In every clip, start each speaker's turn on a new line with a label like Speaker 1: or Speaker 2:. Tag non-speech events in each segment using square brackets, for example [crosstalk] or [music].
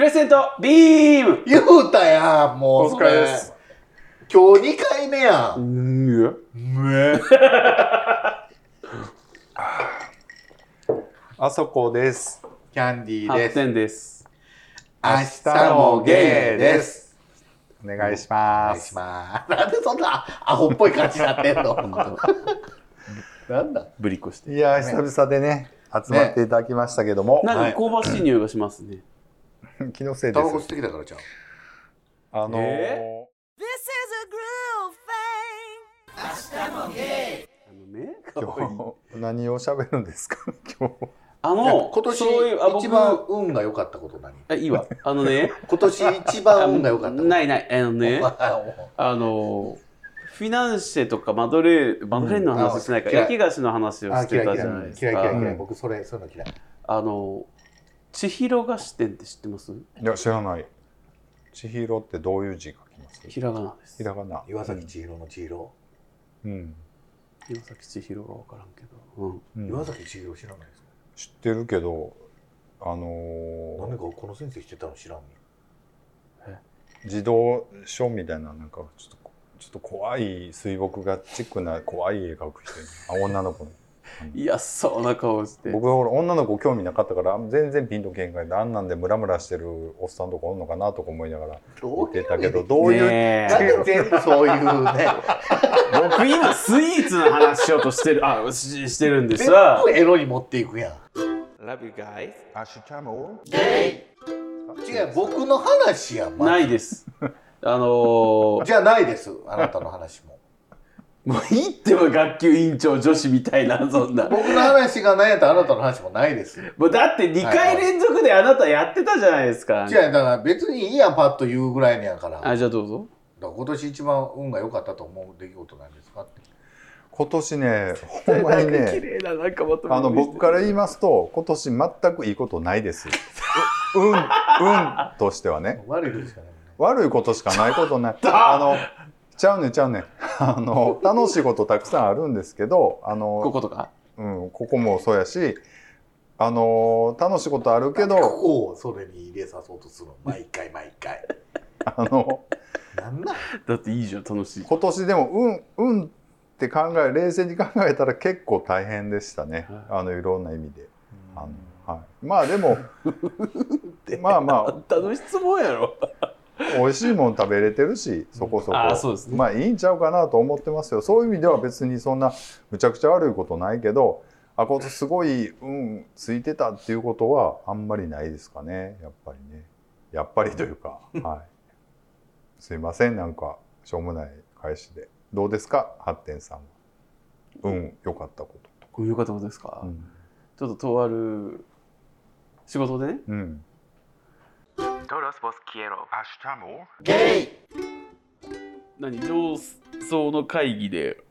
Speaker 1: レセントビーム
Speaker 2: 言うたやん、もうそれ。
Speaker 1: お疲れです
Speaker 2: 今日2回目やん。
Speaker 1: うわ
Speaker 2: ね。
Speaker 1: あそこです。
Speaker 2: キャンディーで
Speaker 1: 8
Speaker 2: す。
Speaker 1: 点です。
Speaker 2: 明日もゲイです。
Speaker 3: お願いし
Speaker 2: お
Speaker 3: ま
Speaker 2: 願いし
Speaker 3: す。
Speaker 2: ます。なんでそんなアホっぽい感じになってん [laughs] のなんだ
Speaker 1: ぶりっこして。
Speaker 3: いやー、久々でね、集まっていただきましたけども、
Speaker 1: なんか香ばしい匂いがしますね。
Speaker 3: 気のせいで
Speaker 2: タバコ吸っ
Speaker 3: す。
Speaker 2: てきたからじゃん。
Speaker 3: あのー
Speaker 1: え
Speaker 4: This is a groove thing.
Speaker 1: あのね、
Speaker 3: 今日、何を喋るんですか [laughs] 今日。
Speaker 1: あの、
Speaker 2: 今年
Speaker 1: そういう、あ、僕、
Speaker 2: 一番運が良かったこと何
Speaker 1: あいいわ。あの
Speaker 2: [laughs]
Speaker 1: ね、
Speaker 2: 今年一番運が良かったこと [laughs]
Speaker 1: ないない、あのね、
Speaker 2: ね。
Speaker 1: あの、フィナンシェとかマドレーヌ、マドレーヌの話しないか、
Speaker 2: うんあ
Speaker 1: 焼き菓子の話を
Speaker 2: あ、
Speaker 1: して
Speaker 2: 嫌い
Speaker 1: た
Speaker 2: 嫌い
Speaker 1: じゃないです
Speaker 2: 嫌い嫌い
Speaker 1: か。
Speaker 2: 嫌
Speaker 3: う
Speaker 2: い。
Speaker 3: ん
Speaker 2: 僕それ、そういうの嫌い。
Speaker 1: あの、千尋菓子店って知ってます
Speaker 3: いや、知らない。千尋ってどういう字書きます
Speaker 1: ひらがなです
Speaker 3: ひ。らがな。
Speaker 2: 岩崎千尋の千尋。
Speaker 3: うん。
Speaker 1: 岩崎千尋がわからんけど。うん。
Speaker 3: うん
Speaker 2: 岩崎千尋知らないですか
Speaker 3: 知ってるけど、あの
Speaker 2: 何
Speaker 3: ー
Speaker 2: かこの先生知ってたの知らんね
Speaker 3: 児童書みたいな、なんかちょっと、ちょっと怖い水墨画チックな怖い絵描く人いるあ、女の子の。
Speaker 1: 嫌そうな顔して。
Speaker 3: 僕はほら女の子興味なかったから全然ピンとけんかいであんなんでムラムラしてるおっさんとかおんのかなとか思いながら
Speaker 2: ど
Speaker 3: 見てたけど
Speaker 2: ど
Speaker 3: どういう、
Speaker 1: ね
Speaker 2: なん
Speaker 1: え
Speaker 2: で全部そういうね、
Speaker 1: 僕今スイーツの話しようとしてる、あ、ししてるんで
Speaker 2: 全
Speaker 1: すわ
Speaker 2: 部。エロに持っていくやん。
Speaker 1: Love you guys.
Speaker 3: アシュチャム
Speaker 2: 違う、僕の話やん。まず
Speaker 1: ないです。あのー、
Speaker 2: じゃないです、あなたの話 [laughs] も。
Speaker 1: もういいってば学級委員長女子みたいな、そんな。
Speaker 2: 僕の話がないやったらあなたの話もないです。違う、
Speaker 1: もうだって2回連続であなたやってたじゃないですか。
Speaker 2: だから別にいいやん、パッと言うぐらいのやから。だか
Speaker 1: あ、じゃあどうぞ。
Speaker 2: ら今年一番運が良かったと思う出来事なんですかって。
Speaker 3: 今年ねほんま
Speaker 1: な
Speaker 3: に
Speaker 1: んか綺
Speaker 3: ね
Speaker 1: 麗な、なんかまとめ
Speaker 3: あの僕から言いますと今年全くいいことないですう運運としてはね
Speaker 2: 悪いことしかないもんね。
Speaker 3: 悪いことしかないことないあのちゃうねちゃうねあの楽しいことたくさんあるんですけどあの
Speaker 1: こことか。
Speaker 3: うん、ここもそうやしあの楽しいことあるけ
Speaker 2: こ
Speaker 3: ど
Speaker 2: こをそれに入れさそうとするの、毎回毎 [laughs] 回。
Speaker 3: あの
Speaker 2: なんなん
Speaker 1: だっていいじゃん、楽しい。
Speaker 3: 今年でも運運って考え冷静に考えたら結構大変でしたね、
Speaker 1: はい
Speaker 3: あのいろんな意味であの、はい、まあで
Speaker 1: [laughs]
Speaker 3: もまあ
Speaker 1: あ
Speaker 3: ま
Speaker 1: んたの質問やろ。
Speaker 3: あ美味しいもん食べれてるしそこそこ
Speaker 1: あーそうですね
Speaker 3: まあいいんちゃうかなと思ってますよそういう意味では別にそんなむちゃくちゃ悪いことないけどあことすごい運ついてたっていうことはあんまりないですかねやっぱりねやっぱりというかはいすいませんなんかしょうもない返しでどうですか発展さんは運良かったこ
Speaker 1: こういう方ですか、
Speaker 3: とうん、
Speaker 1: ちょっととある仕事でね。
Speaker 3: うん、
Speaker 2: ゲイ
Speaker 1: 何上層の会議で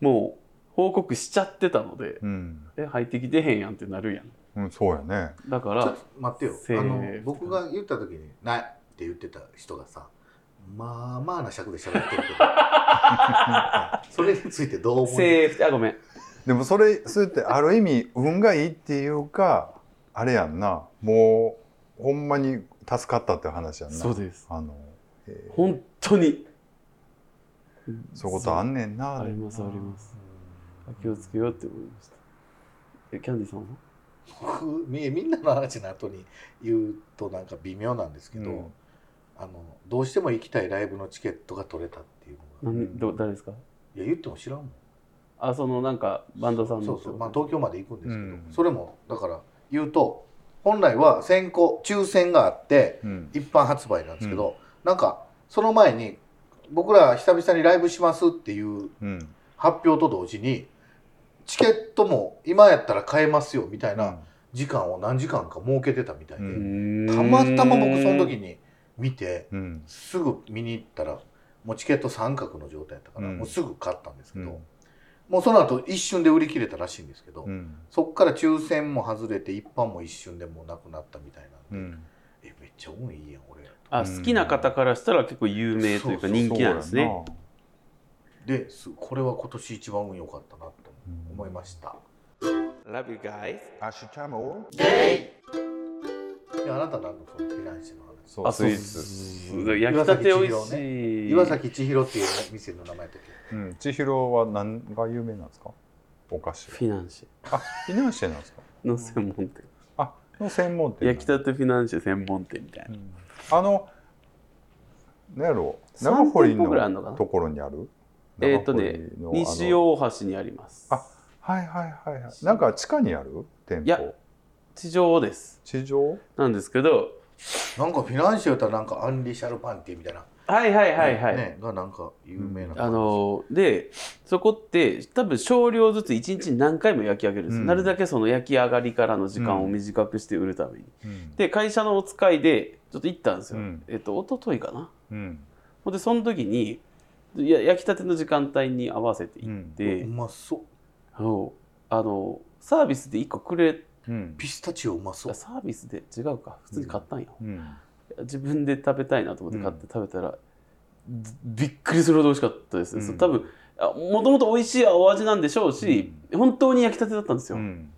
Speaker 1: もう報告しちゃってたので
Speaker 3: うん
Speaker 1: え入ってきてへんやんってなるやん
Speaker 3: うん、そうやね
Speaker 1: だか
Speaker 2: ちょ
Speaker 1: ら
Speaker 2: っと待ってよ
Speaker 1: せー
Speaker 2: あの僕が言った時に「ない」って言ってた人がさまあまあな尺で喋ってるけどそれについてどう思う
Speaker 1: セーフあごめん
Speaker 3: でもそれそれってある意味運がいいっていうかあれやんなもうほんまに助かったって話やんな
Speaker 1: そうです
Speaker 3: あの、えー
Speaker 1: 本当に
Speaker 3: そういうことあんねんな
Speaker 1: ありますあります気をつけようって思いましたえキャンディさんは
Speaker 2: 僕みみんなの話の後に言うとなんか微妙なんですけど、
Speaker 3: うん
Speaker 2: あのどうしても行きたいライブのチケットが取れたっていうのが
Speaker 1: 何ど誰ですか
Speaker 2: いや言っても知らんもん
Speaker 1: あそのなんかバンドさんの
Speaker 2: そうそう、まあ、東京まで行くんですけど、
Speaker 3: うん
Speaker 2: それもだから言うと本来は先行抽選があって、
Speaker 3: うん
Speaker 2: 一般発売なんですけど、なんかその前に僕ら久々にライブしますっていう
Speaker 3: うん
Speaker 2: 発表と同時にチケットも今やったら買えますよみたいな時間を何時間か設けてたみたいで、
Speaker 3: うん
Speaker 2: たまたま僕その時に見て
Speaker 3: うん
Speaker 2: すぐ見に行ったらもうチケット三角の状態やったから、
Speaker 3: うん
Speaker 2: もうすぐ買ったんですけ
Speaker 3: う
Speaker 2: ど、
Speaker 3: ん
Speaker 2: もうその後一瞬で売り切れたらしいんですけど、
Speaker 3: うん
Speaker 2: そっから抽選も外れて一般も一瞬でもうなくなったみたいな
Speaker 3: うん
Speaker 2: で、
Speaker 3: ん
Speaker 2: えめっちゃ運いいやん俺
Speaker 1: あ好きな方からしたら結構有名というか人気なんですね
Speaker 2: ですこれは今年一番運良かったなと思いました、
Speaker 1: Love you guys
Speaker 3: そうやな
Speaker 2: にあなた何のそのフィナンシェの話
Speaker 3: そうスイーツ、
Speaker 1: そう焼きたて美味しい。
Speaker 2: 岩崎千尋っていう店の名前だっけ
Speaker 3: うん、千尋は何が有名なんですかお菓子
Speaker 1: フィナンシ
Speaker 3: あフィナンシェなんですか
Speaker 1: ェの専門店。
Speaker 3: あの専門店
Speaker 1: 焼きたてフィナンシェ専門店みたいな。
Speaker 3: あの何やろう
Speaker 1: 3
Speaker 3: 長堀
Speaker 1: 店舗ぐらいあんのか
Speaker 3: の
Speaker 1: な
Speaker 3: ところにある
Speaker 1: えーとね
Speaker 3: 長堀のあの
Speaker 1: 西大橋にあります。
Speaker 3: あはいはいはいはいなんか地下にある店
Speaker 1: いや
Speaker 3: 舗
Speaker 1: 地上です。
Speaker 3: 地上
Speaker 1: なんですけど、
Speaker 2: なんかフィナンシェやったらなんかアンリシャルパンティみたいな、
Speaker 1: はいはいはいはい。
Speaker 2: ね、がなんか有名な、
Speaker 1: あのでそこって多分少量ずつ1日に何回も焼き上げるんですよ、
Speaker 3: うん
Speaker 1: なるだけその焼き上がりからの時間を短くして売るために、
Speaker 3: うん
Speaker 1: で会社のお使いでちょっと行ったんですよ、
Speaker 3: うん
Speaker 1: えっと一昨日かな
Speaker 3: うん
Speaker 1: ほんでその時にいや焼きたての時間帯に合わせて行って、
Speaker 2: うまそう
Speaker 1: あのあのサービスで1個くれ
Speaker 3: うん
Speaker 2: ピスタチオうまそう
Speaker 1: サービスで違うか普通に買ったんよ、
Speaker 3: うん
Speaker 1: 自分で食べたいなと思って買って食べたら、ずびっくりするほど美味しかったですね、
Speaker 3: うん
Speaker 1: そう多分もともと美味しいお味なんでしょうし、本当に焼きたてだったんです
Speaker 3: う
Speaker 1: よ、
Speaker 3: ん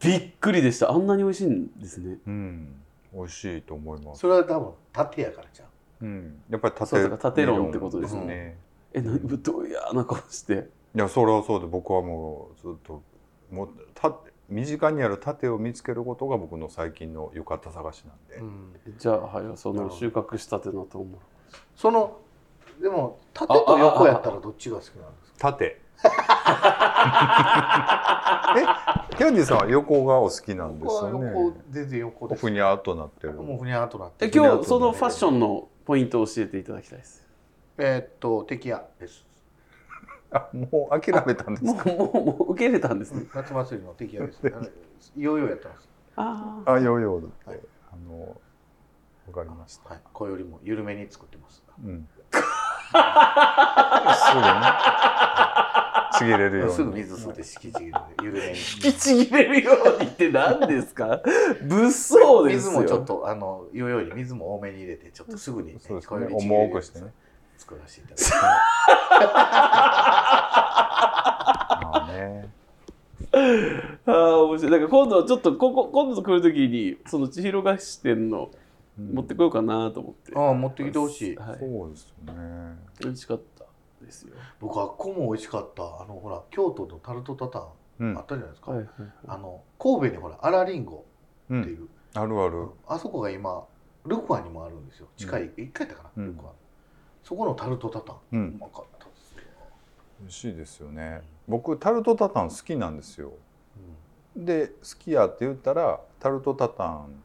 Speaker 1: びっくりでしたあんなに美味しいんですね
Speaker 3: うん美味しいと思います
Speaker 2: それは多分縦やからじゃん
Speaker 3: うんやっぱり
Speaker 1: そう
Speaker 3: 縦
Speaker 1: だから縦論ってことです
Speaker 2: ね
Speaker 1: えなぶどうやな顔して
Speaker 3: いやそれはそうで僕はもうずっともうた身近にある盾を見つけることが僕の最近の浴衣探しなんで、
Speaker 2: うん
Speaker 1: じゃあはいその収穫したてのと思う
Speaker 2: そのでも縦と横やったらどっちが好きなんですか
Speaker 3: [laughs] 盾えキャンディーさんは横がお好きなんです
Speaker 2: 僕は
Speaker 3: よね
Speaker 2: 横全然横です
Speaker 3: ふにゃーっとなってる
Speaker 2: もうふにゃーっとなって
Speaker 1: え
Speaker 2: る
Speaker 1: 今日そのファッションのポイントを教えていただきたいです
Speaker 2: えーっと敵屋です
Speaker 3: あもう諦めたんです
Speaker 1: もうもうもう受け入れたんですね
Speaker 2: 夏祭りの敵屋です
Speaker 3: [laughs]
Speaker 2: あのいよいよやってます
Speaker 1: ああ
Speaker 3: あヨーヨーだって、
Speaker 2: はい
Speaker 3: あのわかりました、
Speaker 2: はいこれよりも緩めに作ってます
Speaker 3: うん
Speaker 2: [laughs]
Speaker 3: すぐねちぎれるように
Speaker 2: すぐ水吸って敷地で緩めに
Speaker 1: 引きちぎれるようにって何です
Speaker 2: [laughs]
Speaker 1: か物騒です
Speaker 2: 水
Speaker 1: よ
Speaker 2: もちょっとあの言うより水も多めに入れてちょっとすぐに、ね、
Speaker 3: そうです
Speaker 2: これよ
Speaker 3: ね
Speaker 2: りちぎれる
Speaker 3: 重くしてね
Speaker 2: 作らせていただきます
Speaker 3: まあね
Speaker 1: ああ面白い。なんか今度ちょっとここ今度来るときにその千尋菓子店の
Speaker 3: うん
Speaker 1: 持ってこようかなと思って。
Speaker 2: ああ持ってきてほしい
Speaker 1: はい。
Speaker 3: そうですよね
Speaker 1: 美味しかったですよ。
Speaker 2: 僕あっこも美味しかったあのほら京都のタルトタタ
Speaker 3: う
Speaker 2: ン
Speaker 3: ん
Speaker 2: あったじゃないですか、
Speaker 1: はいはい
Speaker 2: あの神戸にほらあらりんご
Speaker 3: う
Speaker 2: ってい
Speaker 3: ん、
Speaker 2: う、
Speaker 3: あるある
Speaker 2: あそこが今ルクアにもあるんですよ近い、一回だかな、
Speaker 3: うん
Speaker 2: ルクアそこのタルトタタン、
Speaker 3: う
Speaker 2: うんまかったですよ、
Speaker 3: 美味しいですよね僕タルトタタン好きなんですよで好きやって言ったらタルトタタン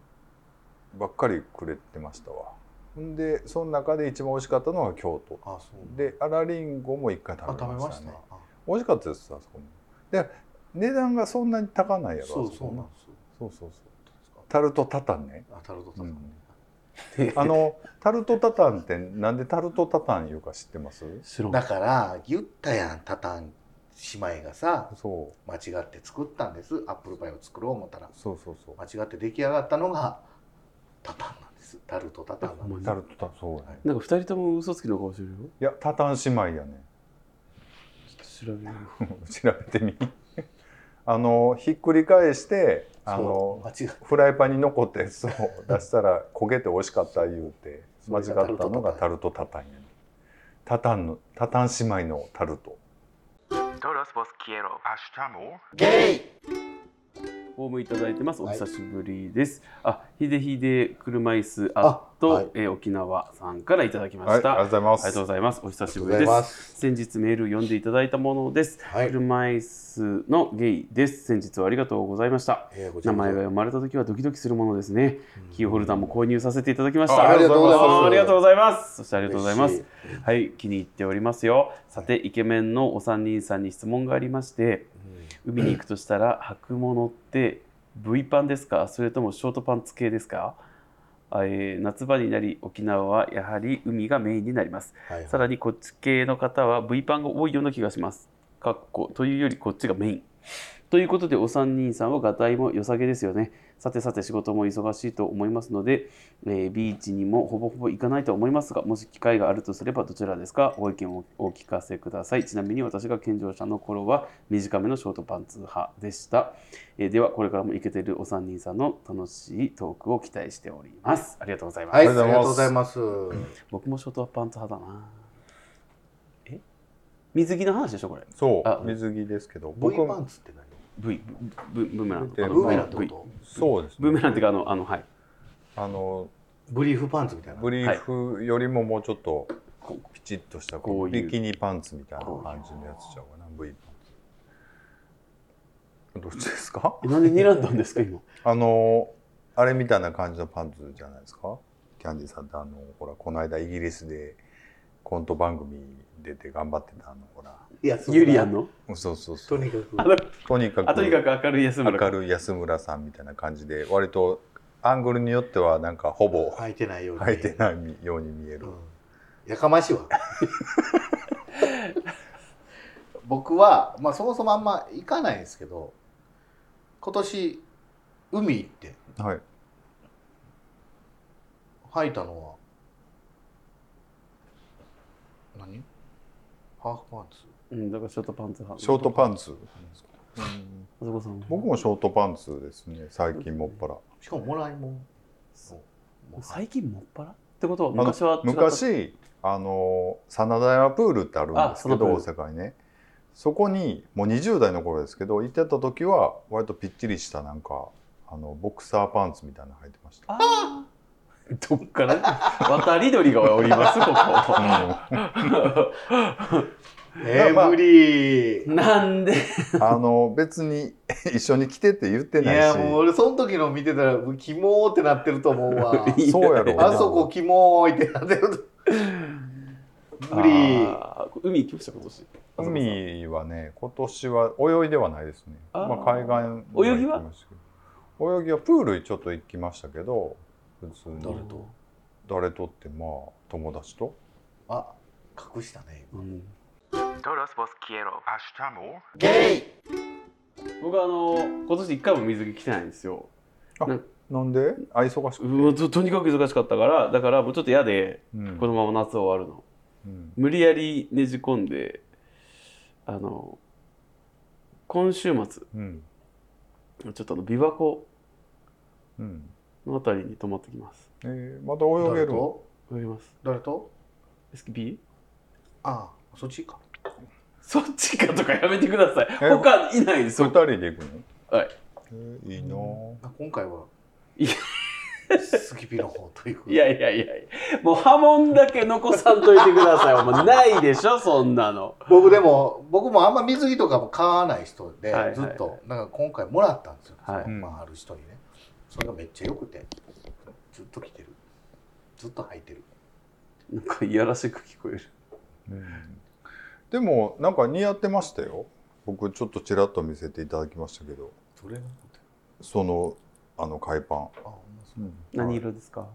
Speaker 3: ばっかりくれてましたわんでその中で一番美味しかったのが京都
Speaker 2: うんあそう
Speaker 3: であらりんごも一回
Speaker 2: あ
Speaker 3: 食
Speaker 2: 食
Speaker 3: べ
Speaker 2: べ
Speaker 3: ま
Speaker 2: ま
Speaker 3: し
Speaker 2: したた
Speaker 3: ね
Speaker 2: あ
Speaker 3: 美味しかったですあそこもで値段がそんなに高ないやろ
Speaker 2: そう
Speaker 3: あ
Speaker 2: そ
Speaker 3: こ
Speaker 2: うな
Speaker 3: も
Speaker 2: んですよ
Speaker 3: そうそうそうタルトタタンね
Speaker 2: あタルトタタン、ね [laughs]
Speaker 3: あのタルトタタンってなんでタルトタタン言うか知ってます
Speaker 1: 白。
Speaker 2: だから言ったやんタタン姉妹がさ
Speaker 3: そう
Speaker 2: 間違って作ったんですアップルパイを作ろう思ったら
Speaker 3: そうそうそう
Speaker 2: 間違って出来上がったのがタタンなんですタルトタタンな
Speaker 1: ほ
Speaker 2: ん
Speaker 1: んま
Speaker 2: で
Speaker 1: に
Speaker 3: タルトタそうやね
Speaker 1: なんか二人とも嘘つきの顔してるよ。
Speaker 3: いやタタン姉妹やね
Speaker 1: 調べる。
Speaker 3: 調べてみ [laughs] あのひっくり返して
Speaker 2: す
Speaker 3: あ
Speaker 2: そう
Speaker 3: の
Speaker 2: 間違っ
Speaker 3: フライパンに残ったやつを出したら焦げて美味しかった言うて
Speaker 2: そ
Speaker 3: 間
Speaker 2: う
Speaker 3: 違ったのがタルトタタンやねタタンのタタン姉妹のタルト
Speaker 5: Todos vos quiero. Hasta
Speaker 2: ゲイ
Speaker 1: ホームいただいてます。お
Speaker 2: はい
Speaker 1: 久しぶりです。あ、ひでひで車椅子
Speaker 2: あ
Speaker 1: あと、
Speaker 2: はい
Speaker 1: えー沖縄さんからいただきま
Speaker 3: はいあ
Speaker 1: し
Speaker 3: り
Speaker 1: た。
Speaker 3: がとうございま
Speaker 1: ありがとう
Speaker 3: す
Speaker 1: ございます。お久しぶ
Speaker 2: あ
Speaker 1: り
Speaker 2: り
Speaker 1: で。
Speaker 2: がとうございます
Speaker 1: 先日メール読んでいただいたものです。
Speaker 2: はい、
Speaker 1: 車椅子のゲイです。先日はありがとうございました。
Speaker 2: えーこちら
Speaker 1: 名
Speaker 2: こ
Speaker 1: 前
Speaker 2: そ
Speaker 1: が読まれた時はドキドキするものですね。キーホルダーも購入させていただきまし
Speaker 3: あ
Speaker 1: た。
Speaker 3: ありがとうございま
Speaker 1: ど
Speaker 3: す
Speaker 1: もありがとうございます。そしてありがとうございま
Speaker 2: 嬉
Speaker 1: す。はい、気に入っておりますよ。さて、イケメンのお三人さんに質問がありまして、海に行くとしたら履くものって V パンですか、それともショートパンツ系ですか？あえー夏場になり沖縄はやはり海がメインになります。
Speaker 2: はい
Speaker 1: さらにこっち系の方は V パンが多いような気がします。かっこというよりこっちがメイン。ということでお三人さんはがたいも良さげですよねさてさて仕事も忙しいと思いますので、えービーチにもほぼほぼ行かないと思いますがもし機会があるとすればどちらですかご意見をお聞かせくださいちなみに私が健常者の頃は短めのショートパンツ派でした、えーではこれからもイケてるお三人さんの楽しいトークを期待しておりますありがとうございます、
Speaker 2: はい、あ
Speaker 3: あ
Speaker 2: り
Speaker 3: り
Speaker 2: がとう
Speaker 3: がとう
Speaker 2: ご
Speaker 3: ご
Speaker 2: ざ
Speaker 3: ざ
Speaker 2: い
Speaker 3: い
Speaker 2: ます。
Speaker 1: 僕もショートパンツ派だなえ水着の話でしょこれ
Speaker 3: そう
Speaker 1: あ
Speaker 3: 水着ですけど
Speaker 2: V
Speaker 3: 僕
Speaker 2: パンツって何
Speaker 1: V ブブブーメラン
Speaker 3: ブ
Speaker 2: あ
Speaker 1: あの
Speaker 2: ブーメランってこ
Speaker 1: V
Speaker 2: と
Speaker 3: そうです、
Speaker 1: ブーメランっていうかあのあのはい
Speaker 3: あの
Speaker 2: ブリーフパンツみたいな。
Speaker 3: ブリーフよりももうちょっとピチッとした
Speaker 1: こ
Speaker 3: こ
Speaker 1: う
Speaker 3: う
Speaker 1: いう
Speaker 3: ビキニパンツみたいな感じのやつちゃうかな V パンツどっちですか
Speaker 1: えなんで睨んだんです [laughs] か今
Speaker 3: あのあれみたいな感じのパンツじゃないですかキャンディーさんってあのほらこの間イギリスでコント番組出て頑張ってたあのほら
Speaker 2: いや、そうだ
Speaker 1: ユリアン。の
Speaker 3: そうそう
Speaker 2: と
Speaker 3: そう
Speaker 2: にかく。
Speaker 1: あの
Speaker 3: とにか
Speaker 1: あとにか
Speaker 3: く
Speaker 1: く明るい安村
Speaker 3: 明るい安村さんみたいな感じで割とアングルによってはなんかほぼ
Speaker 2: 履いてないように。
Speaker 3: 履いてないように見える
Speaker 2: うん。やかましいわ。 [laughs] 僕は、まあ、そもそもあんま行かないんですけど、今年、海行って
Speaker 3: はい
Speaker 2: 履いたのは、何ハーフパンツ
Speaker 1: うんだからショートパンツ派
Speaker 3: ショートパンツ
Speaker 1: あそこさん
Speaker 3: 僕もショートパンツですね最近もっぱら
Speaker 2: しかももらいもん。もう
Speaker 1: 最近もっぱらってことは
Speaker 3: の
Speaker 1: 昔は違った
Speaker 3: 昔あの真田山プールってあるんですけ
Speaker 1: あ真田
Speaker 3: ど
Speaker 1: プール
Speaker 3: 大阪にねそこにもう20代の頃ですけど行ってた時は割とぴっちりしたなんかあのボクサーパンツみたいなの履いてました
Speaker 1: あーどっから渡り鳥がおりますこ
Speaker 3: う
Speaker 1: こ
Speaker 2: えー、無理
Speaker 1: なんで
Speaker 3: んあの別に [laughs] 一緒に来てって言って
Speaker 2: い
Speaker 3: ない
Speaker 2: や
Speaker 3: し
Speaker 2: もう俺その時の見てたらもうキモーってなってると思うわ
Speaker 3: そうやろうな
Speaker 2: あそこキモーいってなってると無理
Speaker 1: あー海行きました今年
Speaker 3: 海はね今年は泳いではないですね
Speaker 1: あー
Speaker 3: まあ、海岸
Speaker 1: 泳ぎは
Speaker 3: 行きましたけど泳ぎはプールちょっと行きましたけど普通に
Speaker 2: 誰と
Speaker 3: 誰とってまあ友達と
Speaker 2: あ隠したね
Speaker 1: うん、
Speaker 5: Todos vos quiero. Hasta amor.
Speaker 2: ゲイ
Speaker 1: 僕あの今年一回も水着着てないんですよ
Speaker 3: なんであ忙しくて、
Speaker 1: うわととにかく忙しかったからだからもうちょっと嫌で
Speaker 3: うん
Speaker 1: このまま夏終わるの
Speaker 3: うん
Speaker 1: 無理やりねじ込んであの今週末
Speaker 3: うん
Speaker 1: ちょっとあの琵琶湖
Speaker 3: うん
Speaker 1: のあたりに泊まってきます
Speaker 3: えー、また泳げ
Speaker 2: 誰
Speaker 3: る
Speaker 2: と
Speaker 1: わかります
Speaker 2: 誰と
Speaker 1: SKB?
Speaker 2: ああそっちか
Speaker 1: そっちかとかやめてください
Speaker 3: え
Speaker 1: 他いないです
Speaker 3: 二
Speaker 1: よ
Speaker 3: 人で行くの
Speaker 1: はい、
Speaker 3: えーいいな
Speaker 2: あ今回はい
Speaker 1: や
Speaker 2: スキピの方と行く
Speaker 1: いやいやいやいやもう波紋だけ残さんといてくださいお前ないでしょそんなの
Speaker 2: 僕でも僕もあんま水着とかも買わない人で、
Speaker 1: はいはい
Speaker 2: ずっとなんか今回もらったんですよ、
Speaker 1: はい
Speaker 2: まあ、ある人にねそれがめっちゃ良くてずっと着てるずっと履いてる
Speaker 1: なんかいやらしく聞こえる
Speaker 3: うんでもなんか似合ってましたよ僕ちょっとちらっと見せていただきましたけど
Speaker 2: それなの
Speaker 3: そのあの海パ
Speaker 2: あ
Speaker 3: ン、
Speaker 2: ほんまそう
Speaker 3: うん
Speaker 1: 何色ですか、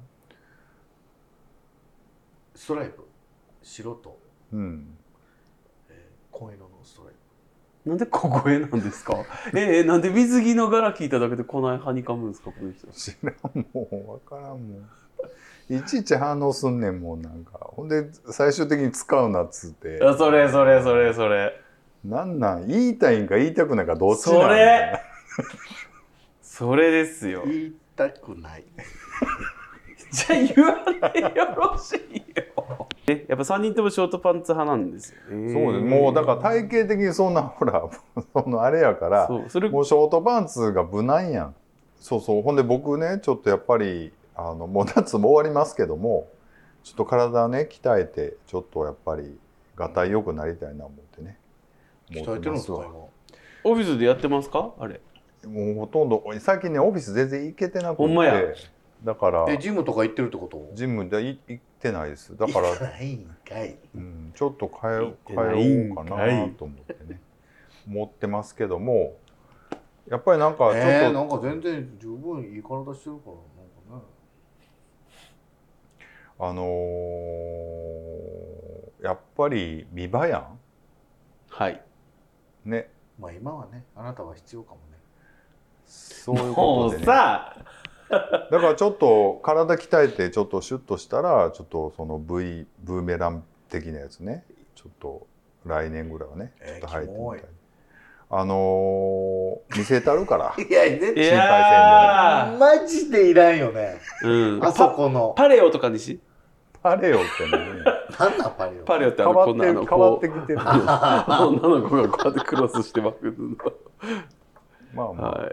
Speaker 2: ストライプ白と、
Speaker 3: うん
Speaker 2: えー、紺色のストライ
Speaker 1: なんで小声なんですか [laughs] ええなんで水着の柄聞いただけでこないはにかむんですかこの人
Speaker 3: 知らんもう分からんもんいちいち反応すんねんもうなんかほんで最終的に使うなっつって
Speaker 1: あそれそれそれそれ
Speaker 3: なんなん言いたいんか言いたくないかどっちなん
Speaker 1: それそれですよ
Speaker 2: プ言いたくない
Speaker 1: [laughs] じゃあ言わんでよろしいよえやっぱ3人ともショートパンツ派なんですよね
Speaker 3: そうですもうだから体型的にそんなほら [laughs] そのあれやから
Speaker 1: そうそれ
Speaker 3: もうショートパンツが無難やんそうそうほんで僕ねちょっとやっぱりあのもう夏も終わりますけどもちょっと体ね鍛えてちょっとやっぱりがたい良くなりたいな思ってね
Speaker 2: 鍛えてるんですか
Speaker 3: 思ってま
Speaker 2: 今
Speaker 1: オフィスでやってますかあれ
Speaker 3: すわもうほとんど最近ねオフィス全然行けてなく
Speaker 1: ほんまや
Speaker 3: てだから
Speaker 2: えジムとか行ってるってこと
Speaker 3: ジムでい行ってないですだから
Speaker 2: 行かないんかい
Speaker 3: うん、ちょっと変
Speaker 1: 行っ
Speaker 3: え
Speaker 1: て
Speaker 3: 変
Speaker 1: ない
Speaker 3: えよ
Speaker 1: ん
Speaker 3: う
Speaker 1: か
Speaker 3: か
Speaker 1: い
Speaker 3: なと思ってね思ってますけどもやっぱりなんかちょっと、
Speaker 2: えー、なんか全然十分いい体してるからなんかね
Speaker 3: あのーやっぱり見栄えや
Speaker 1: はい
Speaker 3: んね
Speaker 2: まあ今はねあなたは必要かもね
Speaker 3: そういう
Speaker 1: も
Speaker 3: こ
Speaker 1: う
Speaker 3: とでね
Speaker 1: さ
Speaker 3: だからちょっと体鍛えてちょっとシュッとしたらちょっとその V ブーメラン的なやつねちょっと来年ぐらいはねち
Speaker 2: えー
Speaker 3: ょっと入ってみ
Speaker 2: キモ
Speaker 3: た
Speaker 2: い
Speaker 3: い、あのー見せたるから
Speaker 2: [laughs] いや全
Speaker 1: い
Speaker 2: 然
Speaker 1: や
Speaker 2: マジでいらんよね
Speaker 1: ー、うん、
Speaker 2: あそこの
Speaker 1: パパレオとかにし
Speaker 3: パレオってね
Speaker 2: 何なんパリオ
Speaker 1: パレオってあの
Speaker 3: 変わ
Speaker 1: こ
Speaker 3: っ
Speaker 1: ん
Speaker 3: て
Speaker 1: なあ
Speaker 3: 変
Speaker 1: の
Speaker 3: わっ
Speaker 1: こ
Speaker 3: てきてる [laughs] ま
Speaker 1: う [laughs] 女の子がこうやってクロスしてまくる
Speaker 3: あ
Speaker 1: の、
Speaker 3: まあ、
Speaker 1: [laughs] はい、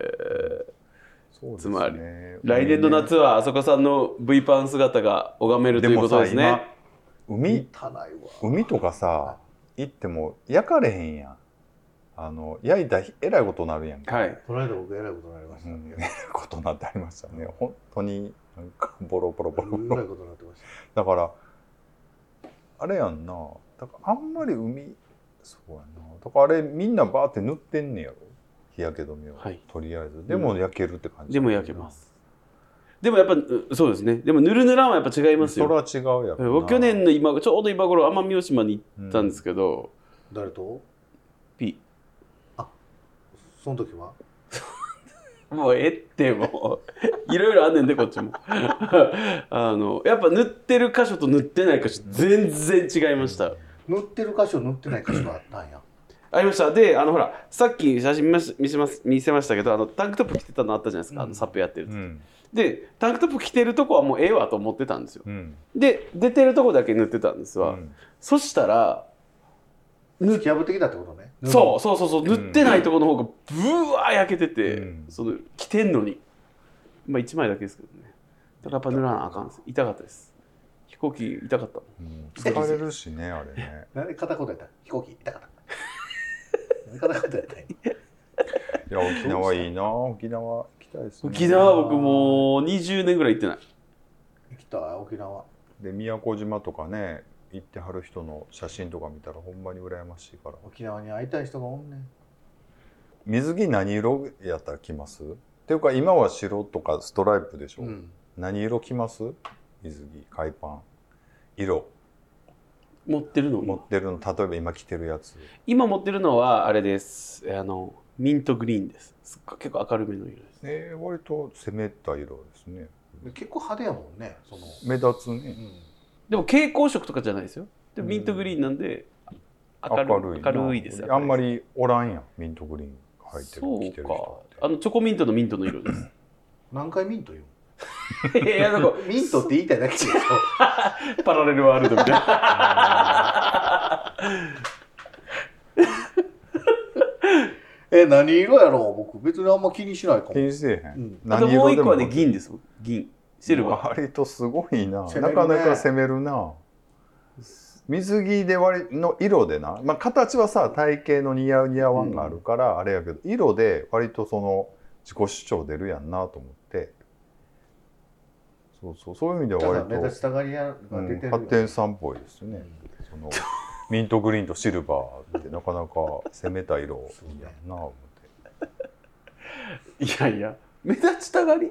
Speaker 3: そうです
Speaker 1: つ
Speaker 3: ね
Speaker 1: まり来年の夏はあそこさんの V パン姿が拝めると
Speaker 3: で
Speaker 1: いうこ
Speaker 3: も
Speaker 1: と
Speaker 3: さ
Speaker 1: ですね
Speaker 3: 今
Speaker 2: 見
Speaker 3: 海
Speaker 2: たないわ
Speaker 3: 海とかさ行っても焼かれへんやんあの焼いたらえらいことになるやんか
Speaker 1: はい
Speaker 2: この間僕えらいことになりまし
Speaker 3: う
Speaker 2: た
Speaker 3: ん、え
Speaker 2: ね
Speaker 3: らいことになってありましたね本当になんかボロボロボロ
Speaker 2: え
Speaker 3: ボ
Speaker 2: ら
Speaker 3: ロ
Speaker 2: いことになってました
Speaker 3: だからあれやんなだからあんまり海そうやなだからあれみんなバーって塗ってんねやろ日焼け止めを、
Speaker 1: はい
Speaker 3: とりあえずでも焼けるって感じ、
Speaker 1: でも焼けますでもやっぱうそうですねでもぬるぬらんはやっぱ違います
Speaker 3: それ
Speaker 1: よ
Speaker 3: は違うやろ
Speaker 1: 僕去年の今ちょうど今頃奄美大島に行ったんです
Speaker 3: け
Speaker 1: けど、
Speaker 2: 誰と
Speaker 1: ピ
Speaker 2: その時は
Speaker 3: [laughs]
Speaker 1: もうええってもう [laughs] いろいろあんねんでこっちもあのやっぱ塗ってる箇所と塗ってない箇所全然違いました
Speaker 2: 塗ってる箇所塗ってない箇所があったんや
Speaker 1: ありましたであのほらさっき写真見まし見せます見せましたけどあのタンクトップ着てたのあったじゃないですか、あ
Speaker 2: う
Speaker 1: の
Speaker 2: ん
Speaker 1: サップやってる、
Speaker 3: うん
Speaker 1: でタンクトップ着てるとこはもうええわと思ってたんですよ
Speaker 3: うん
Speaker 1: で出てるとこだけ塗ってたんです
Speaker 3: う
Speaker 1: わ、
Speaker 3: ん
Speaker 1: そしたら
Speaker 2: 突き破ってきたってことね
Speaker 1: そうそうそうそう塗ってないところの方がブワー焼けてて、
Speaker 3: うん
Speaker 1: その着てんのにまあ1枚だけですけどねだからやっぱ塗らなあかんです痛かったです飛行機痛かったもん
Speaker 3: うん疲れるしねあれね
Speaker 2: なんで片言やったん飛行機痛かったなんで片言やったんや
Speaker 3: いや沖縄いいな沖縄行きたいですね
Speaker 1: 沖縄は僕もう20年ぐらい行ってない
Speaker 2: 行きたい沖縄
Speaker 3: で宮古島とかね行ってはる人の写真とか見たらほんまに羨ましいから
Speaker 2: 沖縄に会いたい人がおんねん
Speaker 3: 水着何色やったら着ますっていうか今は白とかストライプでしょ、
Speaker 2: うん
Speaker 3: 何色着ます水着海パン色
Speaker 1: 持ってるの
Speaker 3: 持ってるの例えば今着てるやつ
Speaker 1: 今持ってるのはあれですあのミントグリーンですすっごい結構明るめの色です
Speaker 3: えー、割と攻めた色ですね
Speaker 2: 結構派手やもんねその、
Speaker 3: 目立つ
Speaker 2: う
Speaker 3: ね
Speaker 2: ん、
Speaker 1: でも蛍光色とかじゃないですよでもミントグリーンなんで明る
Speaker 3: 明るいな
Speaker 1: 明るいです
Speaker 3: あんま
Speaker 1: り
Speaker 3: りおらんやんミントグリーン履いてる着てる人
Speaker 1: そうかあのチョコミントのミントの色です [laughs]
Speaker 2: 何回ミント言う
Speaker 1: いやいやなんか
Speaker 2: のミントって言いたいだけでしょ
Speaker 1: パラレルワールドみたいな。
Speaker 2: [laughs] え何色やろう僕別にあんま気にしないかも
Speaker 3: 気にせえへん、
Speaker 2: うん
Speaker 1: あともう一個はね
Speaker 3: 着てる
Speaker 1: 銀です。銀。シルバ
Speaker 3: 割とすごいな、
Speaker 2: 攻める
Speaker 3: な
Speaker 2: ね
Speaker 3: かなか攻めるな水着で割りの色でな、まあ、形はさ体型の似合う似合わんがあるからあれやけど、色で割とその自己主張出るやんなと思ってそうそうそういう意味で
Speaker 2: だから
Speaker 3: は
Speaker 2: 目
Speaker 3: 割
Speaker 2: 立ち
Speaker 3: と、
Speaker 2: たがり屋
Speaker 3: う
Speaker 2: が出
Speaker 3: ん、
Speaker 2: てるよね、
Speaker 3: 発展さんっぽいですね、
Speaker 1: [laughs]
Speaker 3: そのミントグリーンとシルバーってなかなか攻めた色やんな思って
Speaker 1: ー。いやいや、目立ちたがり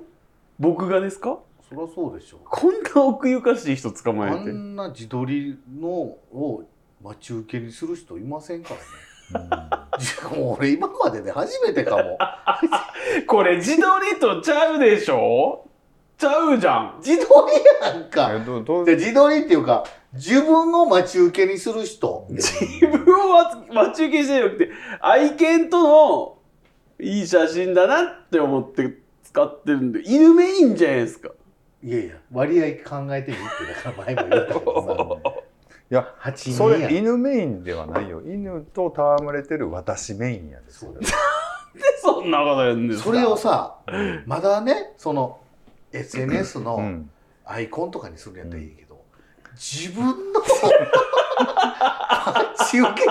Speaker 1: 僕がですか
Speaker 2: そりゃそうでしょ
Speaker 1: こんな奥ゆかしい人捕ま
Speaker 2: あ
Speaker 1: えて。
Speaker 2: んな自撮りのを待ち受けにする人いませんからね [laughs] もう俺今までで初めてかも
Speaker 1: これ自撮りとちゃうでしょちゃうじゃん。
Speaker 2: 自撮りやん
Speaker 3: うん
Speaker 2: か
Speaker 3: えどうどう
Speaker 2: で自撮りっていうか自分を待ち受けにする人
Speaker 1: 自分を待つ待ち受けしてなくて、愛犬とのいい写真だなって思って使ってるんで、犬メインじゃないですか。
Speaker 2: いやいや割合考えてみってだから前も言ったけどさ
Speaker 3: いや
Speaker 2: 8人や
Speaker 3: それ犬メインではないよ犬と戯れてる私メインやで
Speaker 2: そ
Speaker 3: す
Speaker 2: うだよ
Speaker 1: そんなことやるんですか
Speaker 2: それをさまだねその SNS
Speaker 3: う
Speaker 2: の
Speaker 3: ん、
Speaker 2: アイコンとかにするんやったらいいけど、自分の待ち受け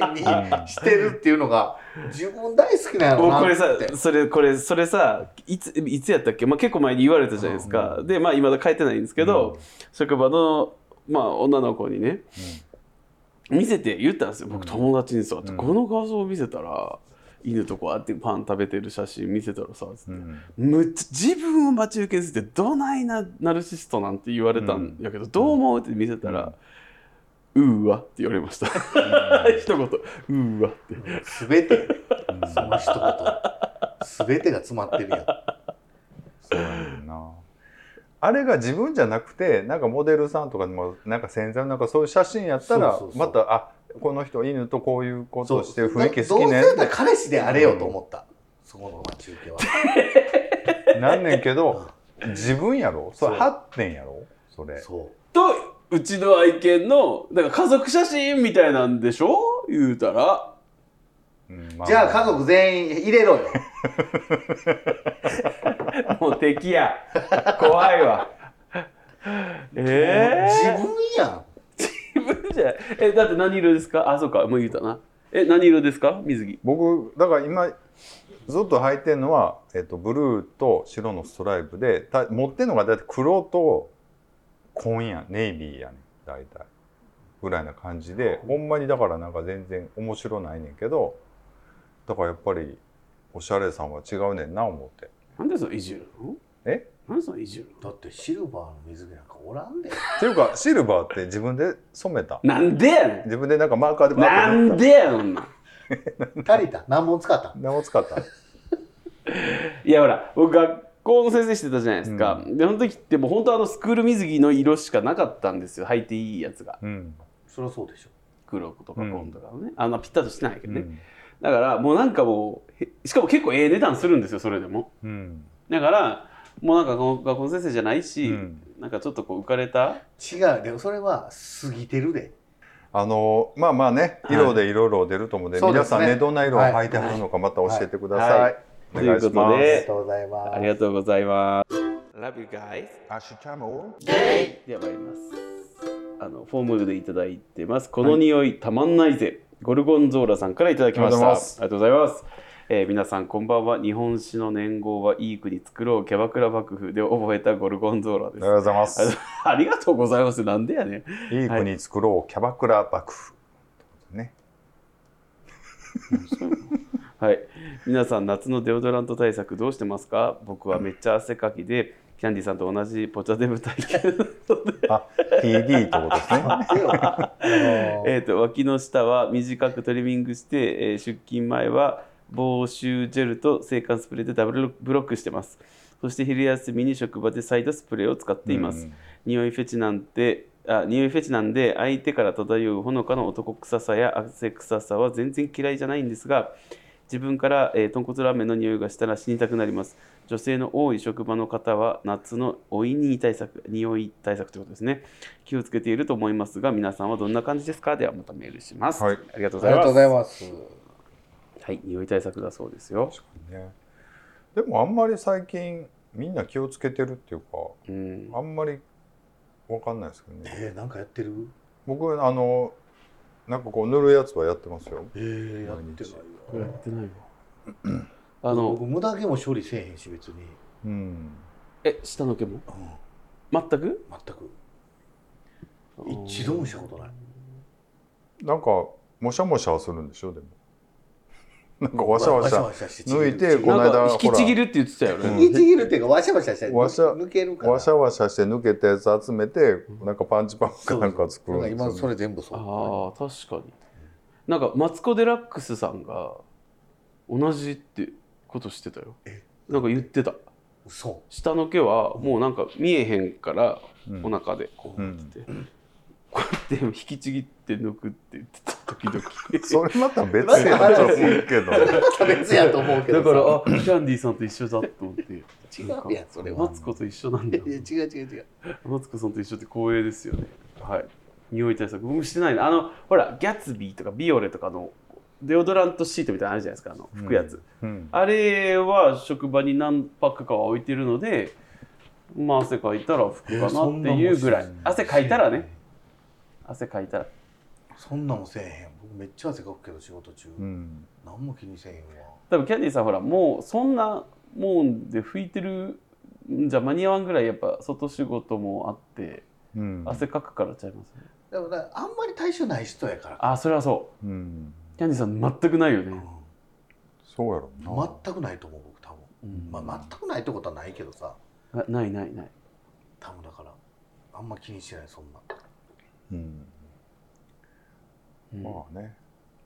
Speaker 2: 画面にしてるっていうのが自分大好きなの
Speaker 1: もうこ
Speaker 2: な
Speaker 1: れさ
Speaker 2: って
Speaker 1: それこれそれさいついつやったっけ、まあ、結構前に言われたじゃないですか、
Speaker 3: うん
Speaker 1: でまあ今だ書いてないんですけど、職場の、まあ、女の子にね見せて言ったんですよ僕
Speaker 3: うん
Speaker 1: 友達にさ、
Speaker 3: うん
Speaker 1: この画像を見せたら犬とこうやってパン食べてる写真見せたらさ、つって
Speaker 3: うんうん
Speaker 1: むっちゃ自分を待ち受けずってどないなナルシストなんて言われたんやけど、どう思うって見せたら、うーわって言われま
Speaker 3: [laughs]
Speaker 1: した一言うーわって
Speaker 2: すべて、その一言、すべてが詰まってるやん。
Speaker 3: そうやねんな。あれが自分じゃなくて、なんかモデルさんとかでも、なんか潜在のなんかそういう写真やったら、
Speaker 2: そうそうそう
Speaker 3: また、あ、この人犬とこういうことをしてる雰囲気好
Speaker 2: どう
Speaker 3: き
Speaker 2: せ
Speaker 3: ね
Speaker 2: やったら彼氏であれよと思った。そこの待ち受けは。
Speaker 3: なんねんけど、自分やろそれ
Speaker 1: そう
Speaker 3: 8点やろそれ。
Speaker 2: [laughs] そ
Speaker 1: とうちの愛犬のなんか家族写真みたいなんでしょ言うたら
Speaker 3: うんま
Speaker 2: う。じゃあ家族全員入れろよ。
Speaker 1: もう敵や怖いわえ [laughs] え
Speaker 2: 自分やん。
Speaker 1: 自分じゃないえだって何色ですかあそうかもう言うたなえ何色ですか水着
Speaker 3: 僕、だから今、ずっと履いてるのは、えっと、ブルーと白のストライプで、た持ってるのが大体黒と紺やん、ネイビーやねん、大体。ぐらいな感じで、ほんまにだからなんか全然面白ないねんけど、だからやっぱり、おしゃれさんは違うねんな、思って。
Speaker 1: なんでそのいじるの
Speaker 3: え
Speaker 1: なんでそのいじる
Speaker 2: だってシルバーの水着なんかおら [laughs] んで。
Speaker 3: っていうか、シルバーって自分で染めた。
Speaker 1: のなんでやね
Speaker 3: 自分でなんかマーカーで
Speaker 1: んなんでやねんな
Speaker 2: 足りた何本使った
Speaker 3: 何も使った。
Speaker 1: いやほら僕学校の先生してたじゃないですか、でその時ってもう本当あのスクール水着の色しかなかったんですよ履いていいやつが
Speaker 3: うん。
Speaker 2: そりゃそうでしょ。
Speaker 1: 黒とか
Speaker 3: うん
Speaker 1: 紺とかのね、あんなぴったりとしてないけ
Speaker 3: う
Speaker 1: どね、
Speaker 3: ん。
Speaker 1: だからもうなんかもうへしかも結構ええ値段するんですよそれでも
Speaker 3: うん。
Speaker 1: だからもうなんかこの学校の先生じゃないし、
Speaker 3: うん
Speaker 1: なんかちょっとこう浮かれた
Speaker 2: 違う。でもそれは過ぎてるで。
Speaker 3: あのまあまあね
Speaker 1: はい
Speaker 3: 色でいろいろ出ると思うんで、
Speaker 2: そうで
Speaker 3: 皆
Speaker 2: すね
Speaker 3: さんねどんな色を履いてはるのかまた教えてください、
Speaker 1: はいはい
Speaker 3: お願いしま
Speaker 1: と
Speaker 2: あ
Speaker 3: す
Speaker 1: い
Speaker 2: り
Speaker 1: えう
Speaker 2: がとうございます。
Speaker 1: ありがとうございます。Love you guys。
Speaker 5: 明日も
Speaker 1: では参ります。あのフォームでいただいてます。この匂いたまんないぜ。ゴルゴンゾーラさんからいただきました。あ
Speaker 3: あ
Speaker 1: り
Speaker 3: り
Speaker 1: がとうございます。えー皆さんこんばんは。日本史の年号はいい国作ろうキャバクラ幕府で覚えたゴルゴンゾーラ
Speaker 3: あり
Speaker 1: で
Speaker 3: がとう
Speaker 1: す。
Speaker 3: ございます
Speaker 1: あありがとうございます。なんでやねん。
Speaker 3: いい国作ろうキャバクラ幕府ね
Speaker 1: はい、皆さん夏のデオドラント対策どうしてますか僕はめっちゃ汗かきでキャンディさんと同じポチャデブ体験なので
Speaker 3: あ PD ってことです
Speaker 1: [laughs]
Speaker 3: ね
Speaker 2: では [laughs] あのー
Speaker 1: えー、と脇の下は短くトリミングして、えー出勤前は防臭ジェルと制汗スプレーでダブルブロックしてますそして昼休みに職場でサイドスプレーを使っています、
Speaker 3: うん
Speaker 1: 匂いフェチなんてあ匂いフェチなんで相手から漂うほのかの男臭さや汗臭さは全然嫌いじゃないんですが自分から、えー、豚骨ラーメンの匂いがしたら死にたくなります女性の多い職場の方は夏のおいに対策匂い対策ということですね気をつけていると思いますが皆さんはどんな感じですかではまたメールします、
Speaker 3: はい
Speaker 1: ありがとうご
Speaker 2: あ
Speaker 1: ざ
Speaker 2: り
Speaker 1: い
Speaker 2: が
Speaker 1: ま
Speaker 2: とう
Speaker 1: す
Speaker 2: ございます。
Speaker 1: はい匂い対策だそうですよ、
Speaker 3: ねでもあんまり最近みんな気をつけてるっていうか
Speaker 1: うん、
Speaker 3: あんまりわかんないですけどね
Speaker 2: えー、なんかやってる
Speaker 3: 僕あのなんかこう塗るやつはやってますよ
Speaker 2: えー、やってないわ。
Speaker 1: てないわあ
Speaker 2: あ
Speaker 1: の
Speaker 2: 僕無駄毛も処理せえへんし別に、
Speaker 3: うん
Speaker 1: え下の毛も
Speaker 2: うん、
Speaker 1: 全く
Speaker 2: 全く一度もしたことない
Speaker 3: なんかもしゃもしゃはするんでしょでも [laughs] なんかわしゃわしゃ
Speaker 2: わしゃして
Speaker 3: 抜いて
Speaker 2: ちぎ
Speaker 3: この
Speaker 1: なん
Speaker 2: る
Speaker 3: 間
Speaker 1: か引きちぎるって言ってたよね、
Speaker 2: ちぎるちぎるっていうかわしゃわしゃして
Speaker 3: わしゃ
Speaker 2: 抜けるから
Speaker 3: わしゃわしゃして抜けたやつ集めてなんかパンチパンかなんか作るん
Speaker 2: な
Speaker 3: で
Speaker 2: ん
Speaker 3: すよ
Speaker 2: か今それ全部そう
Speaker 1: ああ確かになんかマツコ・デラックスさんが同じってことしてたよ
Speaker 2: え
Speaker 1: なんか言ってた
Speaker 2: そ
Speaker 1: 下の毛はもうなんか見えへんから
Speaker 3: うん
Speaker 1: お腹でこうやって、こうやって引きちぎって抜くって言ってた時
Speaker 2: [laughs]
Speaker 1: 々
Speaker 3: それまた別やと思うけど
Speaker 2: うまた別やと思うけど
Speaker 1: だ
Speaker 2: さ
Speaker 1: からあキャンディーさんと一緒だと思って違
Speaker 2: うやんそれは
Speaker 1: マツコと一緒なんだ
Speaker 2: いや違う違う違う
Speaker 1: マツコさんと一緒って光栄ですよね。はい。匂い対策、僕もしてないな。あの、ほら、ギャツビーとかビオレとかのデオドラントシートみたいなのあるじゃないですか、あの、拭くやつ。
Speaker 3: うん
Speaker 1: あれは職場に何パックかは置いてるので、まあ汗かいたら拭くかなっていうぐらい。汗かいたらね、汗かいたら。
Speaker 2: そんなもんせえへん僕めっちゃ汗かくけど仕事中、
Speaker 3: うん
Speaker 2: 何も気にせえへんわ
Speaker 1: 多分キャンディーさん、ほら、もうそんなもんで拭いてるんじゃ間に合わんぐらい、やっぱ外仕事もあって、
Speaker 3: うん
Speaker 1: 汗かくからちゃいますね。
Speaker 2: でもなあんまり対象ない人やから
Speaker 1: あ、それはそう。
Speaker 3: うん
Speaker 1: キャンディーさん、全くないよね。
Speaker 3: そうやろうな
Speaker 2: 全くないと思う僕多分
Speaker 1: うん
Speaker 2: まあ、全くないってことはないけどさ
Speaker 1: あないないない
Speaker 2: 多分だからあんま気にしてないそんな
Speaker 3: うん
Speaker 1: うん
Speaker 3: まあね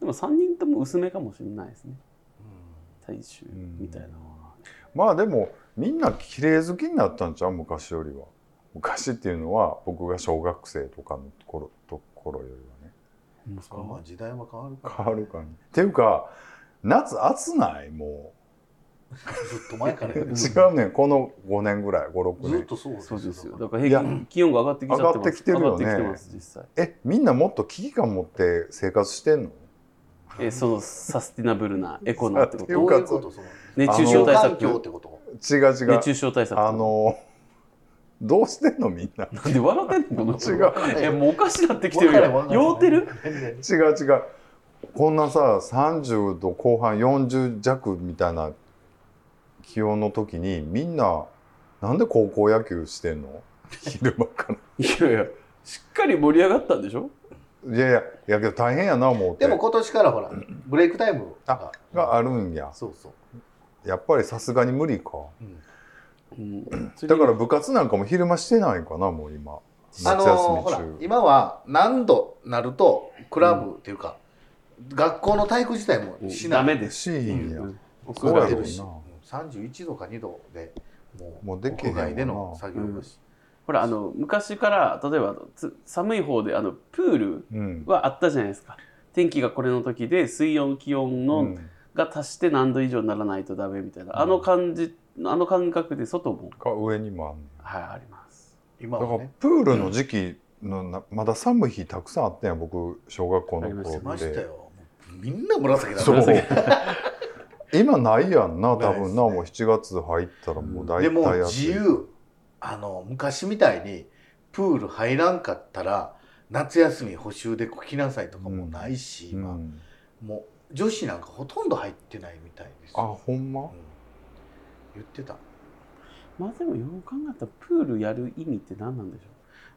Speaker 1: でも3人とも薄めかもしれないですね大衆みたいなのは
Speaker 3: まあでもみんな綺麗好きになったんちゃう昔よりは昔っていうのは僕が小学生とかの頃ところよりはね
Speaker 1: 思うんですか
Speaker 2: まあ時代は変わるから
Speaker 3: 変わるかにっていうか夏暑ないも
Speaker 2: ずっと前から [laughs]
Speaker 3: う
Speaker 2: やけど
Speaker 3: 違うねんこの5年ぐらい56
Speaker 2: ずっ
Speaker 3: 年
Speaker 2: とそう
Speaker 1: そうですよ
Speaker 2: だ
Speaker 1: だ
Speaker 2: か
Speaker 1: から平
Speaker 3: い
Speaker 1: 均気温が上がってきちゃってます
Speaker 3: 上がってきてるよね
Speaker 1: 上がってきてます実際
Speaker 3: えみんなもっと危機感持って生活してんの
Speaker 1: えそのサスティナブルなエコなってこ
Speaker 2: ら
Speaker 3: よ
Speaker 1: と
Speaker 2: どう
Speaker 3: か
Speaker 2: い
Speaker 3: った
Speaker 2: うことその
Speaker 1: 熱中症対
Speaker 2: 環境っ
Speaker 1: 策
Speaker 2: てこと
Speaker 3: 違う違
Speaker 1: 熱
Speaker 3: う
Speaker 1: 中症対策
Speaker 3: あのどうしてんのみんな
Speaker 1: なんで笑ってんのこの
Speaker 3: 違う
Speaker 1: えもうおかしなってきてる
Speaker 2: わか
Speaker 1: よ
Speaker 2: んない
Speaker 1: 酔
Speaker 2: わ
Speaker 1: う
Speaker 2: か
Speaker 1: て
Speaker 2: んない
Speaker 1: る
Speaker 3: 違う違うこんなさ30度後半40弱みたいな気温の時にみんななんで高校野球してんの昼間か
Speaker 1: いやいやしっかり盛り上がったんでしょ
Speaker 3: らいやいやいやけど大変やな思うて
Speaker 2: でも今年からほらブレイクタイムが
Speaker 3: があるんや
Speaker 2: そうそう
Speaker 3: やっぱりさすがに無理か
Speaker 2: うん
Speaker 1: うん
Speaker 3: だから部活なんかも昼間してないんかなもう今夏
Speaker 2: あ
Speaker 3: 休み
Speaker 2: の
Speaker 3: 中、
Speaker 2: ーほら今は何度なるとクラブっていうか、学校の体育自体もしな
Speaker 1: ダ
Speaker 2: い
Speaker 1: メです
Speaker 3: しいんや、
Speaker 1: うん
Speaker 2: 遅
Speaker 3: そうや
Speaker 2: れて
Speaker 3: ろう
Speaker 2: るし
Speaker 3: な
Speaker 2: 31度か2度でもう
Speaker 3: もうできへん
Speaker 2: 屋
Speaker 3: わ
Speaker 2: 外
Speaker 3: な
Speaker 2: での作業だし、
Speaker 1: ほらあの昔から例えばつ寒い方であのプール
Speaker 3: うん
Speaker 1: はあったじゃないですか天気がこれの時で水温気温の、
Speaker 3: うん
Speaker 1: が足して何度以上にならないとダメみたいな、あの感じあの感覚で外も
Speaker 3: か上にもあんねん
Speaker 1: はいあります
Speaker 2: 今
Speaker 3: だか
Speaker 2: は
Speaker 3: ら
Speaker 2: ね
Speaker 3: プールの時期のなまだ寒い日たくさんあったやん僕小学校の
Speaker 1: ありま
Speaker 3: 頃
Speaker 1: しら
Speaker 3: で
Speaker 2: 出ましたよもうみんな紫だ
Speaker 3: そ
Speaker 2: ね
Speaker 3: う
Speaker 1: 紫
Speaker 3: 今ないやんな多
Speaker 2: ないで
Speaker 3: 分
Speaker 2: す
Speaker 3: なもう7月入ったらもう大
Speaker 2: でも
Speaker 3: 体暑い
Speaker 2: 自由あの昔みたいにプール入らんかったら夏休み補習で来なさいとかもないし、
Speaker 3: う
Speaker 2: 今、
Speaker 3: ん、
Speaker 2: もう女子なんかほとんど入ってないみたいです
Speaker 3: あほん
Speaker 2: う
Speaker 3: ま
Speaker 2: ん言ってた
Speaker 1: まあでもよく考えたらプールやる意味って何なんでしょ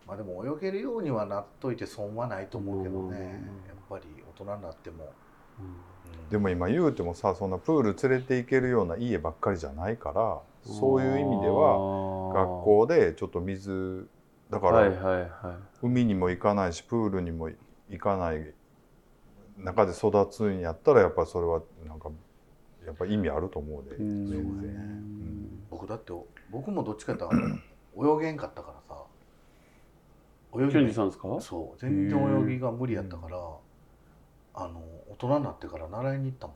Speaker 2: まあでも泳げるようにはなっといて損はないと思うけど
Speaker 1: うんうんうんうん
Speaker 2: ねやっぱり大人になっても、
Speaker 1: う、うん
Speaker 2: うん
Speaker 3: でも今言うてもさそんなプール連れて行けるような家ばっかりじゃないからそういう意味では学
Speaker 1: は
Speaker 3: 校でちょっと水だか
Speaker 1: はい
Speaker 3: ら
Speaker 1: はいは
Speaker 3: 海にも行かないしプールにも行かない中で育つんやったらやっぱりそれはなんかやっぱ意味あると思うで
Speaker 1: いうん
Speaker 3: 全然。
Speaker 2: 僕だって僕もどっちかという
Speaker 3: [clears throat]
Speaker 2: と泳げんかったからさ泳
Speaker 1: キョン
Speaker 2: ぎ
Speaker 1: ジさんですか
Speaker 2: そう全然泳ぎが無理やったからあの大人になってから習いに行ったもん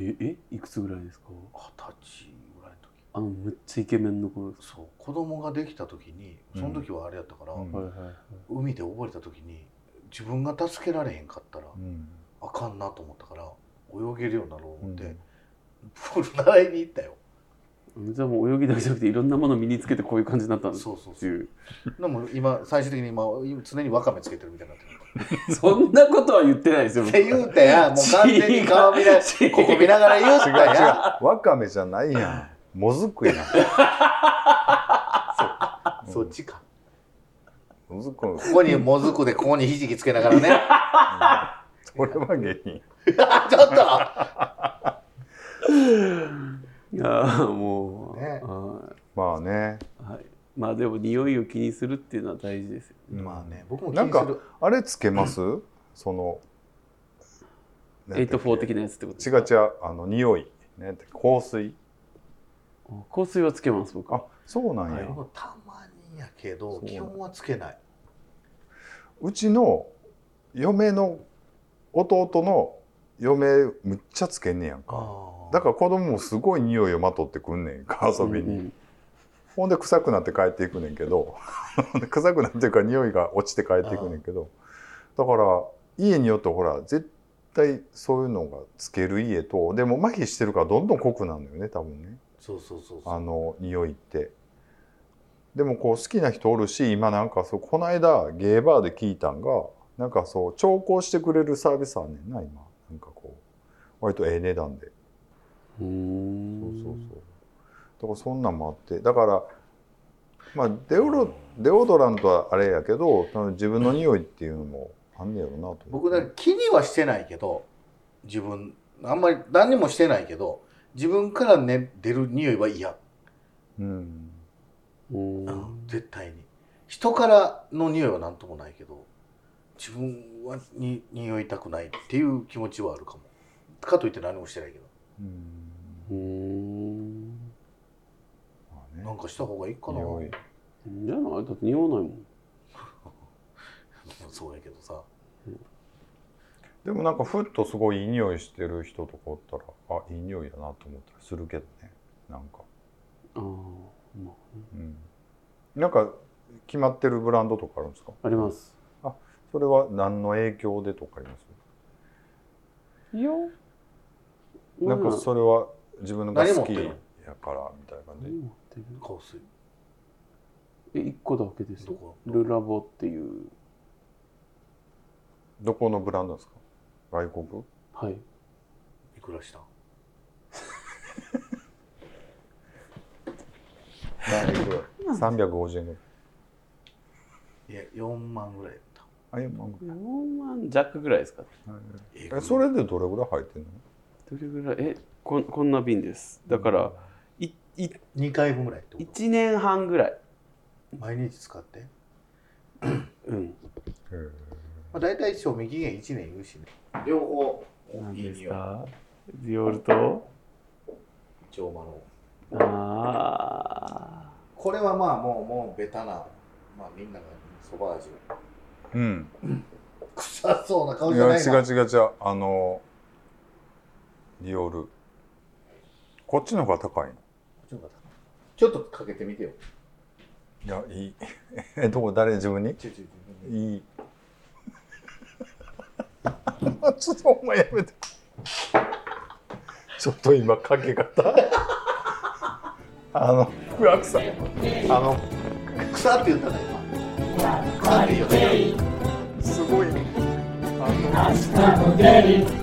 Speaker 1: ええいくつぐらいですか
Speaker 2: 二十歳ぐらいの時
Speaker 1: あのむっちゃイケメンの子です
Speaker 2: そう子供ができた時にその時はあれやったから、
Speaker 3: うん
Speaker 1: かはいはいはい
Speaker 2: 海で溺れた時に自分が助けられへんかったら
Speaker 3: うん
Speaker 2: あかんなと思ったから泳げるようになろう
Speaker 3: う
Speaker 2: 思っ
Speaker 3: ん
Speaker 2: て、プール習いに行ったよ
Speaker 1: じゃあもう泳ぎだけじゃなくていろんなものを身につけてこういう感じになったんです
Speaker 2: そうそう
Speaker 1: って
Speaker 2: そう
Speaker 1: いう
Speaker 2: でも今最終的に今常にわかめつけてるみたいになってる
Speaker 1: そんなことは言ってないですよ。
Speaker 2: って言うてや、もう完全に顔見な
Speaker 1: 違う
Speaker 2: ここ見ながら言うた
Speaker 3: 違う違う
Speaker 2: や。
Speaker 3: わかめじゃないやんもずくやんうん
Speaker 2: [laughs] そっちか。
Speaker 3: もずく
Speaker 2: ここにもずくで、ここにひじきつけながらね。
Speaker 3: これは原因
Speaker 2: [laughs] ちょっ
Speaker 1: [laughs] いやーもう、
Speaker 2: ね
Speaker 1: は
Speaker 3: まあね
Speaker 1: いはい。まあでも匂いを気にするっていうのは大事ですよ。
Speaker 2: と。
Speaker 3: うん
Speaker 2: まあね、僕も気
Speaker 3: なん
Speaker 2: にす
Speaker 3: か
Speaker 2: る。
Speaker 3: あれつけますその
Speaker 1: エイトフォー的
Speaker 3: な
Speaker 1: なやつってこと。
Speaker 3: 違う違うあの匂いね香水
Speaker 1: 香水はつけます僕。
Speaker 3: あそうなんや
Speaker 1: はい
Speaker 2: 僕たまにやけど
Speaker 3: そ、う
Speaker 2: 基本はつけない。
Speaker 3: うちの嫁の弟の嫁むっちゃつけんねやんかだから子供もすごい匂いをまとってくんねんか遊びに、
Speaker 1: うん
Speaker 3: ほんで臭くなって帰っていくねんけど [laughs] 臭くなってるから匂いが落ちて帰っていくねんけどだから家によってほら絶対そういうのがつける家とでも麻痺してるからどんどん濃くなるのよね多分ね
Speaker 2: そうそうそうそう。
Speaker 3: あの匂いって。でもこう好きな人おるし今なんかそうこの間ゲーバーで聞いたんがなんかそう調香してくれるサービスあんねんな今なんかこう割とええ値段で
Speaker 1: うーん。
Speaker 3: そうそうそう。だからそんなんもあって、だから、まあデオロデオドラントはあれやけど、その自分の匂いっていうのもあんねやろなと思って。
Speaker 2: 僕だから気にはしてないけど、自分、あんまり何にもしてないけど、自分からね出る匂いは嫌。
Speaker 3: うん。
Speaker 1: うーん。
Speaker 2: うん絶対に。人からの匂いはなんともないけど、自分はに匂いたくないっていう気持ちはあるかもかといって何もしてないけど
Speaker 3: うん
Speaker 1: うーん
Speaker 3: まあね
Speaker 2: なんかした方がいいかな
Speaker 3: 匂い
Speaker 1: じゃないだって匂わないもん
Speaker 2: そうやけどさ
Speaker 3: でもなんかふっとすごいいい匂いしてる人とかおったらあいい匂いだなと思ったりするけどねなんか、
Speaker 1: あー、ま
Speaker 3: うん、なんか決まってるブランドとかあるんですか
Speaker 1: あ、あります
Speaker 3: それは何の影響でとかあります
Speaker 1: いや
Speaker 3: なんかそれは自分が
Speaker 2: 何持
Speaker 3: 好
Speaker 2: って
Speaker 3: き
Speaker 2: んの
Speaker 3: やからみたいな感じ、
Speaker 1: 何持ってる
Speaker 2: 香水
Speaker 1: え1個だけです
Speaker 2: どこ
Speaker 1: ルラボっていう
Speaker 3: どこのブランドですか外国
Speaker 1: はい
Speaker 2: いくらしたん
Speaker 3: 350円ぐらい
Speaker 2: いや4万ぐらいやった
Speaker 3: あいやまあ
Speaker 1: 4万弱ぐらいですか
Speaker 2: え
Speaker 3: えそれでどれぐらい入ってんの
Speaker 1: どれぐらいえこんこんな瓶ですだからいい
Speaker 2: 2回分ぐらいってこと
Speaker 1: 1年半ぐらい
Speaker 2: 毎日使って、
Speaker 1: うん
Speaker 2: まあ、大体賞味期限1年いるしね両方
Speaker 1: 何
Speaker 2: いい
Speaker 1: です
Speaker 2: 匂い
Speaker 1: かディオールと
Speaker 2: 乗馬の
Speaker 1: ああ
Speaker 2: これはまあもうもうベタなまあみんながそば味
Speaker 3: うん
Speaker 2: 臭そうな顔
Speaker 3: い
Speaker 2: じゃ
Speaker 3: や
Speaker 2: ない
Speaker 3: 違
Speaker 2: な
Speaker 3: う違う違うあのディオールこっちの方が高いの
Speaker 2: ちょっとかけてみてよ
Speaker 3: いやい [laughs] いえどこ誰自分に
Speaker 2: ちょちょちょ
Speaker 3: い [laughs] いちょっとお前やめてちょっと今かけ方あのふわくさあの
Speaker 2: 草って言ったな今草って言ったな
Speaker 3: すごいあの
Speaker 6: Hasta Bogelli,